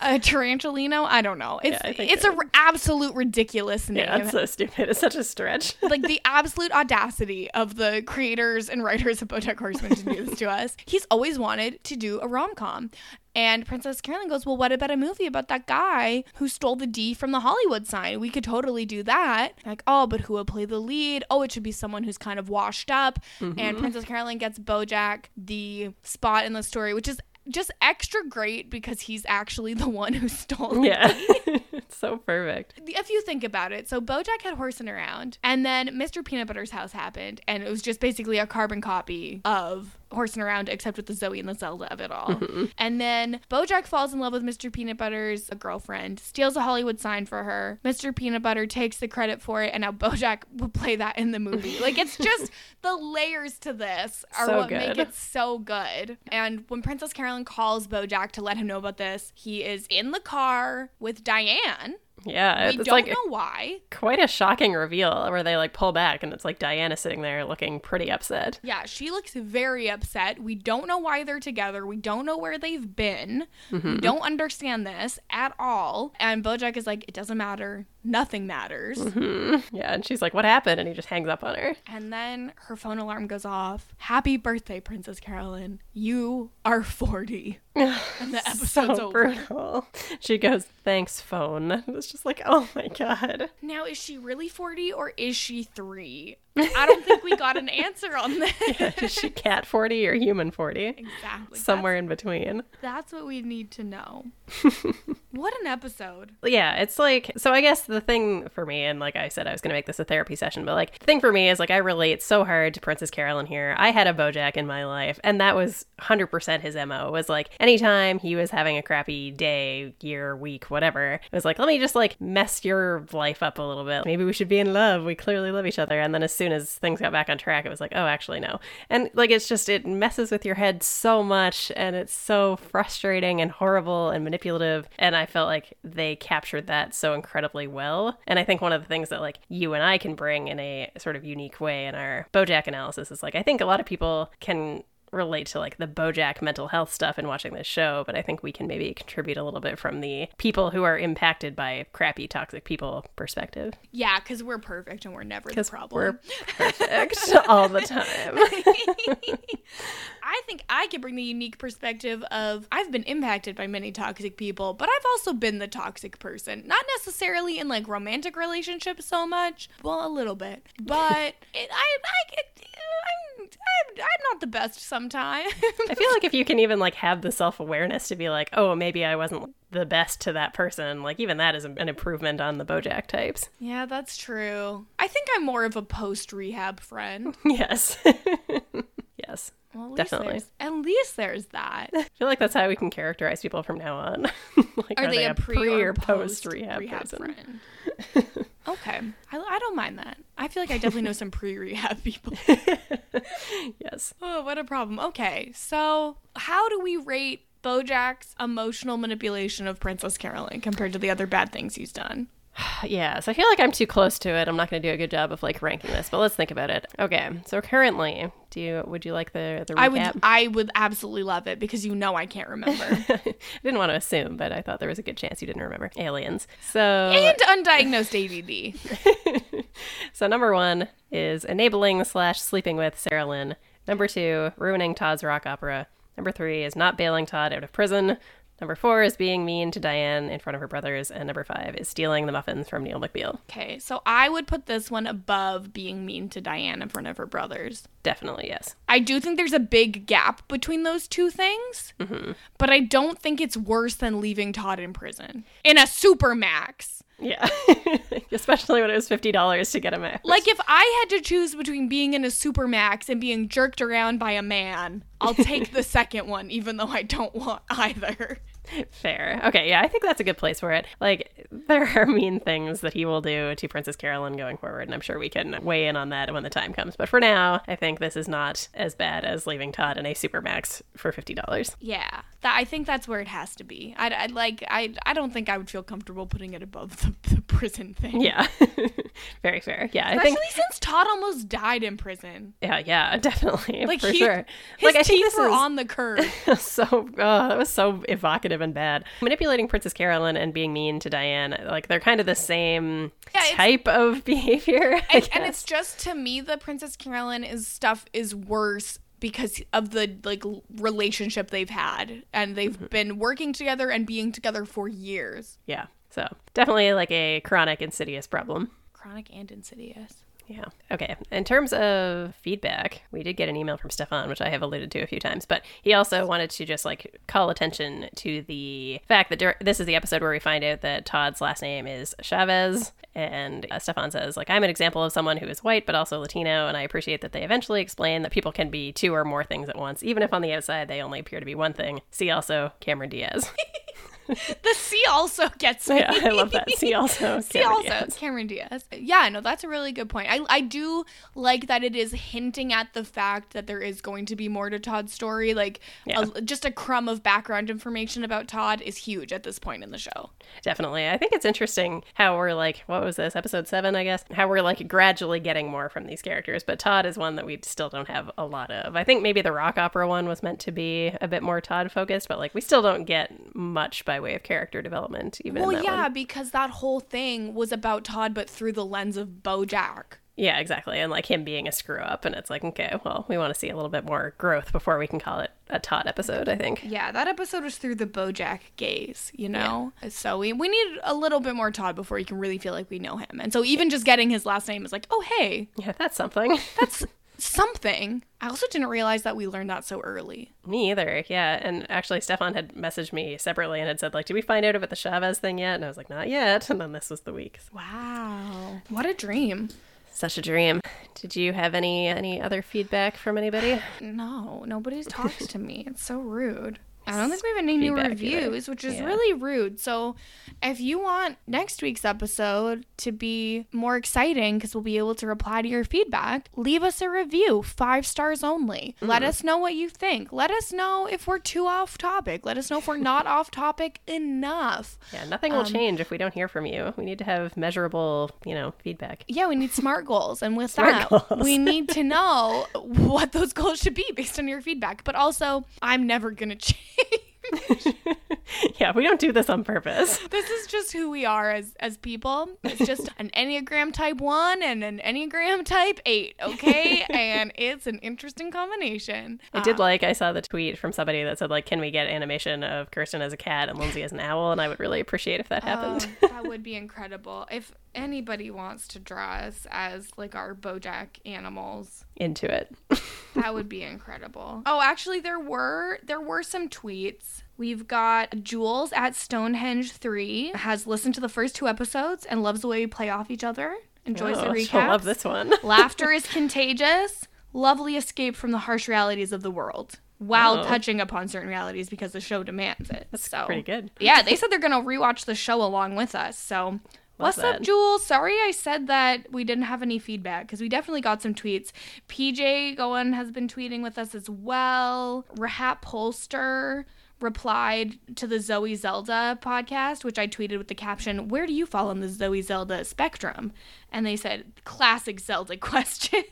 A: A Tarantulino? I don't know. It's
B: Yeah, I think
A: it's
B: it
A: a r- absolute ridiculous name
B: Yeah, it's so stupid. It's such a stretch.
A: like the absolute audacity of the creators and writers of BoJack Horseman to do this to us. He's always wanted to do a rom com. And Princess Carolyn goes, Well, what about a movie about that guy who stole the D from the Hollywood sign? We could totally do that. Like, oh, but who will play the lead? Oh, it should be someone who's kind of washed up. And Princess Carolyn gets Bojack the spot in the story, which is just extra great because he's actually the one who stole the
B: yeah. it's so perfect.
A: if you think about it, so BoJack had horsing around, and then Mr. Peanut Butter's house happened, and it was just basically a carbon copy of horsing around, except with the Zoe and the Zelda of it all.
B: Mm-hmm.
A: And then BoJack falls in love with Mr. Peanut Butter's girlfriend, steals a Hollywood sign for her. Mr. Peanut Butter takes the credit for it, and now BoJack will play that in the movie. like it's just the layers to this are
B: So
A: what make
B: good.
A: it so good. And when Princess Carolyn calls BoJack to let him know about this, he is in the car with Diane.
B: Yeah.
A: We
B: it's
A: don't
B: like
A: know why.
B: quite a shocking reveal where they like pull back and it's like Diana sitting there looking pretty upset.
A: Yeah, she looks very upset. We don't know why they're together. We don't know where they've been.
B: Mm-hmm.
A: We don't understand this at all. And Bojack is like, it doesn't matter. Nothing matters.
B: Hmm. Yeah. And she's like, what happened? And he just hangs up on her.
A: And then her phone alarm goes off. Happy birthday, Princess Carolyn. You are 40. And the episode's
B: so
A: over.
B: brutal. She goes, "Thanks, phone." And it's just like, oh my god.
A: Now, is she really 40 or is she three? I don't think we got an answer on this.
B: Is she cat forty or human forty?
A: Exactly.
B: Somewhere in between.
A: That's, that's what we need to know. what an episode.
B: Yeah, it's like so. I guess the thing for me, and like I said, I was gonna make this a therapy session, but like the thing for me is like I relate so hard to Princess Carolyn here. I had a BoJack in my life, and that was hundred percent his mo. Was like anytime he was having a crappy day, year, week, whatever, it was like let me just like mess your life up a little bit. Maybe we should be in love. We clearly love each other. And then as soon as things got back on track, it was like oh, actually no. And like it's just it messes with your head so much, and it's so frustrating and horrible and manipulative. And I felt like they captured that so incredibly well. And I think one of the things that like you and I can bring in a sort of unique way in our BoJack analysis is like I think a lot of people can relate to like the BoJack mental health stuff in watching this show, but I think we can maybe contribute a little bit from the people who are impacted by crappy toxic people perspective.
A: Yeah, because we're perfect and we're never the problem.
B: We're perfect all the time.
A: I think I could bring the unique perspective of I've been impacted by many toxic people, but I've also been the toxic person. Not necessarily in like romantic relationships so much, well, a little bit, but it, I, I get, I'm, I'm, I'm not the best sometimes.
B: I feel like if you can even like have the self awareness to be like, oh, maybe I wasn't the best to that person, like even that is an improvement on the BoJack types.
A: yeah, that's true. I think I'm more of a post rehab friend.
B: Yes. yes.
A: Well, at least
B: Definitely.
A: there's- At least there's that.
B: I feel like that's how we can characterize people from now on. like,
A: Are, they, a pre, or post
B: post-rehab
A: rehab, friend? okay, I, I don't mind that. I feel like I definitely know some pre rehab people.
B: Yes.
A: Oh, what a problem. Okay, so how do we rate BoJack's emotional manipulation of Princess Carolyn compared to the other bad things he's done?
B: Uh, Yeah. So I feel like I'm too close to it. I'm not going to do a good job of like ranking this, but let's think about it. Okay. So currently, do you would you like the the recap?
A: I would I would absolutely love it because you know I can't remember.
B: I didn't want to assume, but I thought there was a good chance you didn't remember aliens. So
A: and undiagnosed ADD.
B: So number one is enabling slash sleeping with Sarah Lynn. Number two, ruining Todd's rock opera. Number three is not bailing Todd out of prison. Number four is being mean to Diane in front of her brothers. And number five is stealing the muffins from Neil McBeal.
A: Okay, so I would put this one above being mean to Diane in front of her brothers.
B: Definitely, yes.
A: I do think there's a big gap between those two things, but I don't think it's worse than leaving Todd in prison in a supermax.
B: Yeah. Especially when it was $50 to get him out.
A: Like if I had to choose between being in a supermax and being jerked around by a man, I'll take the second one, even though I don't want either.
B: Fair. Okay, yeah, I think that's a good place for it. Like, there are mean things that he will do to Princess Carolyn going forward, and I'm sure we can weigh in on that when the time comes. But for now, I think this is not as bad as leaving Todd in a supermax for $50.
A: Yeah, that, I think that's where it has to be. I, I like I I don't think I would feel comfortable putting it above the, the prison thing.
B: Yeah, very fair. Yeah, I
A: Especially
B: think.
A: since Todd almost died in prison.
B: Yeah, yeah, definitely.
A: Like
B: for
A: he,
B: sure.
A: his
B: like, I think
A: teeth
B: this
A: were
B: is,
A: on the curb.
B: so oh, that was so evocative and bad. Manipulating Princess Carolyn and being mean to Diane, like they're kind of the same
A: Yeah, it's-
B: type of behavior. I
A: and, and
B: guess.
A: it's just to me the princess carolyn is stuff is worse because of the like l- relationship they've had and they've been working together and being together for years
B: yeah. So definitely like a chronic insidious problem.
A: chronic and insidious
B: Yeah. Okay. In terms of feedback, we did get an email from Stefan, which I have alluded to a few times, but he also wanted to just like call attention to the fact that dur- this is the episode where we find out that Todd's last name is Chavez. And uh, Stefan says, like, I'm an example of someone who is white, but also Latino, and I appreciate that they eventually explain that people can be two or more things at once, even if on the outside they only appear to be one thing. See also Cameron Diaz.
A: the c also gets me
B: yeah, I love that. See also
A: See
B: Cameron
A: also
B: Diaz.
A: Cameron Diaz. Yeah, no, that's a really good point. I I do like that it is hinting at the fact that there is going to be more to Todd's story. Like
B: Yeah.
A: a, just a crumb of background information about Todd is huge at this point in the show.
B: Definitely. I think it's interesting how we're like, what was this, episode seven, I guess? How we're like gradually getting more from these characters. But Todd is one that we still don't have a lot of. I think maybe the rock opera one was meant to be a bit more Todd focused, but like we still don't get much by way of character development, even in
A: Well,
B: that
A: yeah,
B: one.
A: because that whole thing was about Todd, but through the lens of BoJack.
B: Yeah, exactly. And like him being a screw up. And it's like, okay, well, we want to see a little bit more growth before we can call it a Todd episode, I think.
A: Yeah, that episode was through the BoJack gaze, you know. So we we need a little bit more Todd before you can really feel like we know him. And so even just getting his last name is like, oh hey,
B: Yeah, that's something.
A: that's something. I also didn't realize that we learned that so early.
B: Me either. Yeah. And actually, Stefan had messaged me separately and had said, like, did we find out about the Chavez thing yet? And I was like, not yet. And then this was the week.
A: Wow, what a dream!
B: Such a dream. Did you have any any other feedback from anybody?
A: No, nobody talks to me. It's so rude. I don't think we have any new
B: Feedback either.
A: reviews, which is
B: Yeah.
A: really rude. So, if you want next week's episode to be more exciting, because we'll be able to reply to your feedback, leave us a review, five stars only. Let
B: Mm.
A: us know what you think. Let us know if we're too off topic. Let us know if we're not off topic enough.
B: Yeah, nothing will change if we don't hear from you. We need to have measurable, you know, feedback.
A: Yeah, we need smart goals. And with that,
B: Smart goals.
A: we need to know what those goals should be based on your feedback. But also, I'm never going to change.
B: yeah, we don't do this on purpose.
A: this is just who we are as as people. It's just an Enneagram type 1 and an Enneagram type 8, okay? and it's an interesting combination.
B: I did like I saw the tweet from somebody that said like, "Can we get animation of Kirsten as a cat and Lindsay as an owl?" And I would really appreciate if that happened.
A: Oh, that would be incredible. If anybody wants to draw us as like our Bojack animals,
B: Into it.
A: that would be incredible. Oh, actually there were there were some tweets. We've got Jules at Stonehenge 3 has listened to the first two episodes and loves the way we play off each other. Enjoys the
B: Oh,
A: recap.
B: she'll love this one.
A: Laughter is contagious. Lovely escape from the harsh realities of the world while
B: Oh.
A: touching upon certain realities because the show demands it. so
B: Pretty good.
A: Yeah, they said they're going to rewatch the show along with us. So what's up,
B: that.
A: Jules? Sorry I said that we didn't have any feedback because we definitely got some tweets. PJ Goen has been tweeting with us as well. Rahat Polster replied to the Zoe Zelda podcast, which I tweeted with the caption, Where do you fall on the Zoe Zelda spectrum? And they said, Classic Zelda question.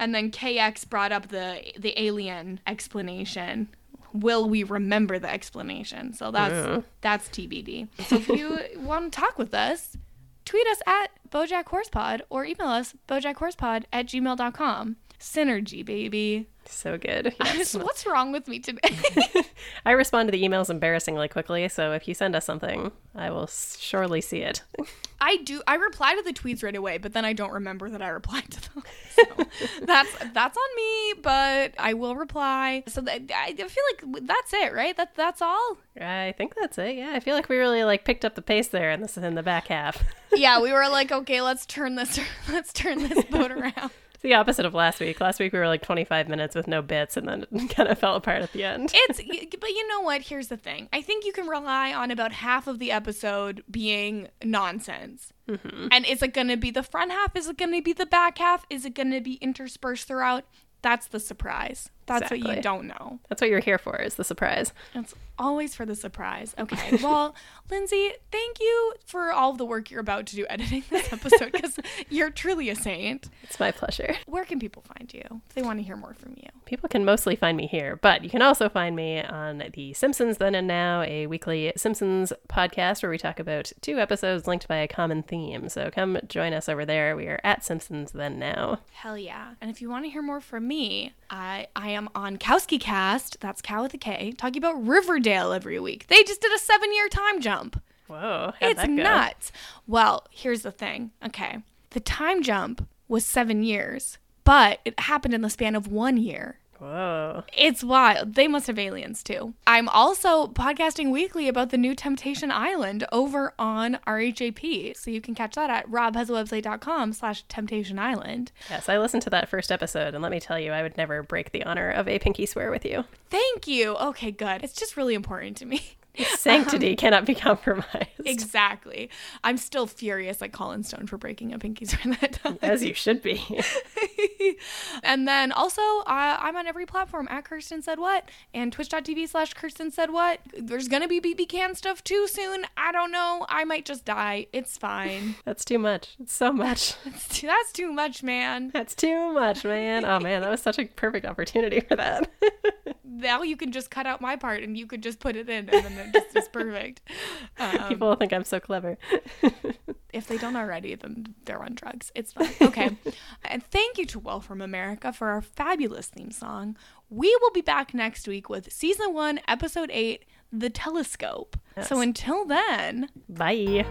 A: And then KX brought up the the alien explanation. Will we remember the explanation? So that's that's TBD. So if you want to talk with us, tweet us at BojackHorsepod or email us BojackHorsepod at gmail.com. Synergy, baby.
B: So good. Yes.
A: What's wrong with me today?
B: I respond to the emails embarrassingly quickly, so if you send us something, I will s- surely see it.
A: I do. I reply to the tweets right away, but then I don't remember that I replied to them. So that's that's on me, but I will reply. So th- I I feel like that's it, right? That that's all.
B: I think that's it. Yeah, I feel like we really like picked up the pace there in this in the back half.
A: Yeah, we were like, okay, let's turn this let's turn this boat around.
B: It's the opposite of last week. Last week we were like 25 minutes with no bits, and then it kind of fell apart at the end.
A: It's y- but you know what? Here's the thing. I think you can rely on about half of the episode being nonsense. And is it going to be the front half? Is it going to be the back half? Is it going to be interspersed throughout? That's the surprise. That's what
B: Exactly.
A: you don't know.
B: That's what you're here for is the surprise.
A: It's always for the surprise. Okay. Well, Lindsay, thank you for all of the work you're about to do editing this episode because you're truly a saint.
B: It's my pleasure.
A: Where can people find you if they want to hear more from you?
B: People can mostly find me here, but you can also find me on The Simpsons Then and Now, a weekly Simpsons podcast where we talk about two episodes linked by a common theme. So come join us over there. We are at Simpsons Then Now.
A: Hell yeah. And if you want to hear more from me, I, I am on Kowski Cast, that's Cow with a K, talking about Riverdale every week. They just did a seven year time jump.
B: Whoa. how'd
A: it's
B: that go?
A: nuts. Well, here's the thing. Okay. The time jump was seven years, but it happened in the span of one year.
B: Whoa.
A: It's wild. They must have aliens too. I'm also podcasting weekly about the new Temptation Island over on RHAP. So you can catch that at robhasawebsite.com slash Temptation Island.
B: Yes, I listened to that first episode, and let me tell you, I would never break the honor of a pinky swear with you.
A: Thank you. Okay, good. It's just really important to me.
B: Sanctity cannot be compromised.
A: exactly. I'm still furious at Colin Stone for breaking up Pinky Swear that time.
B: as you should be.
A: and then also, I I'm on every platform at Kirsten Said What and twitch.tv slash Kirsten Said What. There's going to be BB Can stuff too soon. I don't know. I might just die. It's fine.
B: That's too much. It's so much.
A: It's too- that's too much, man.
B: That's too much, man. Oh man, that was such a perfect opportunity for that.
A: Now you can just cut out my part and you could just put it in and then it just is perfect. Um,
B: People will think I'm so clever.
A: if they don't already, then they're on drugs. It's fine. Okay. and thank you to Well From America for our fabulous theme song. We will be back next week with season one, episode eight, The Telescope. So until then.
B: Bye.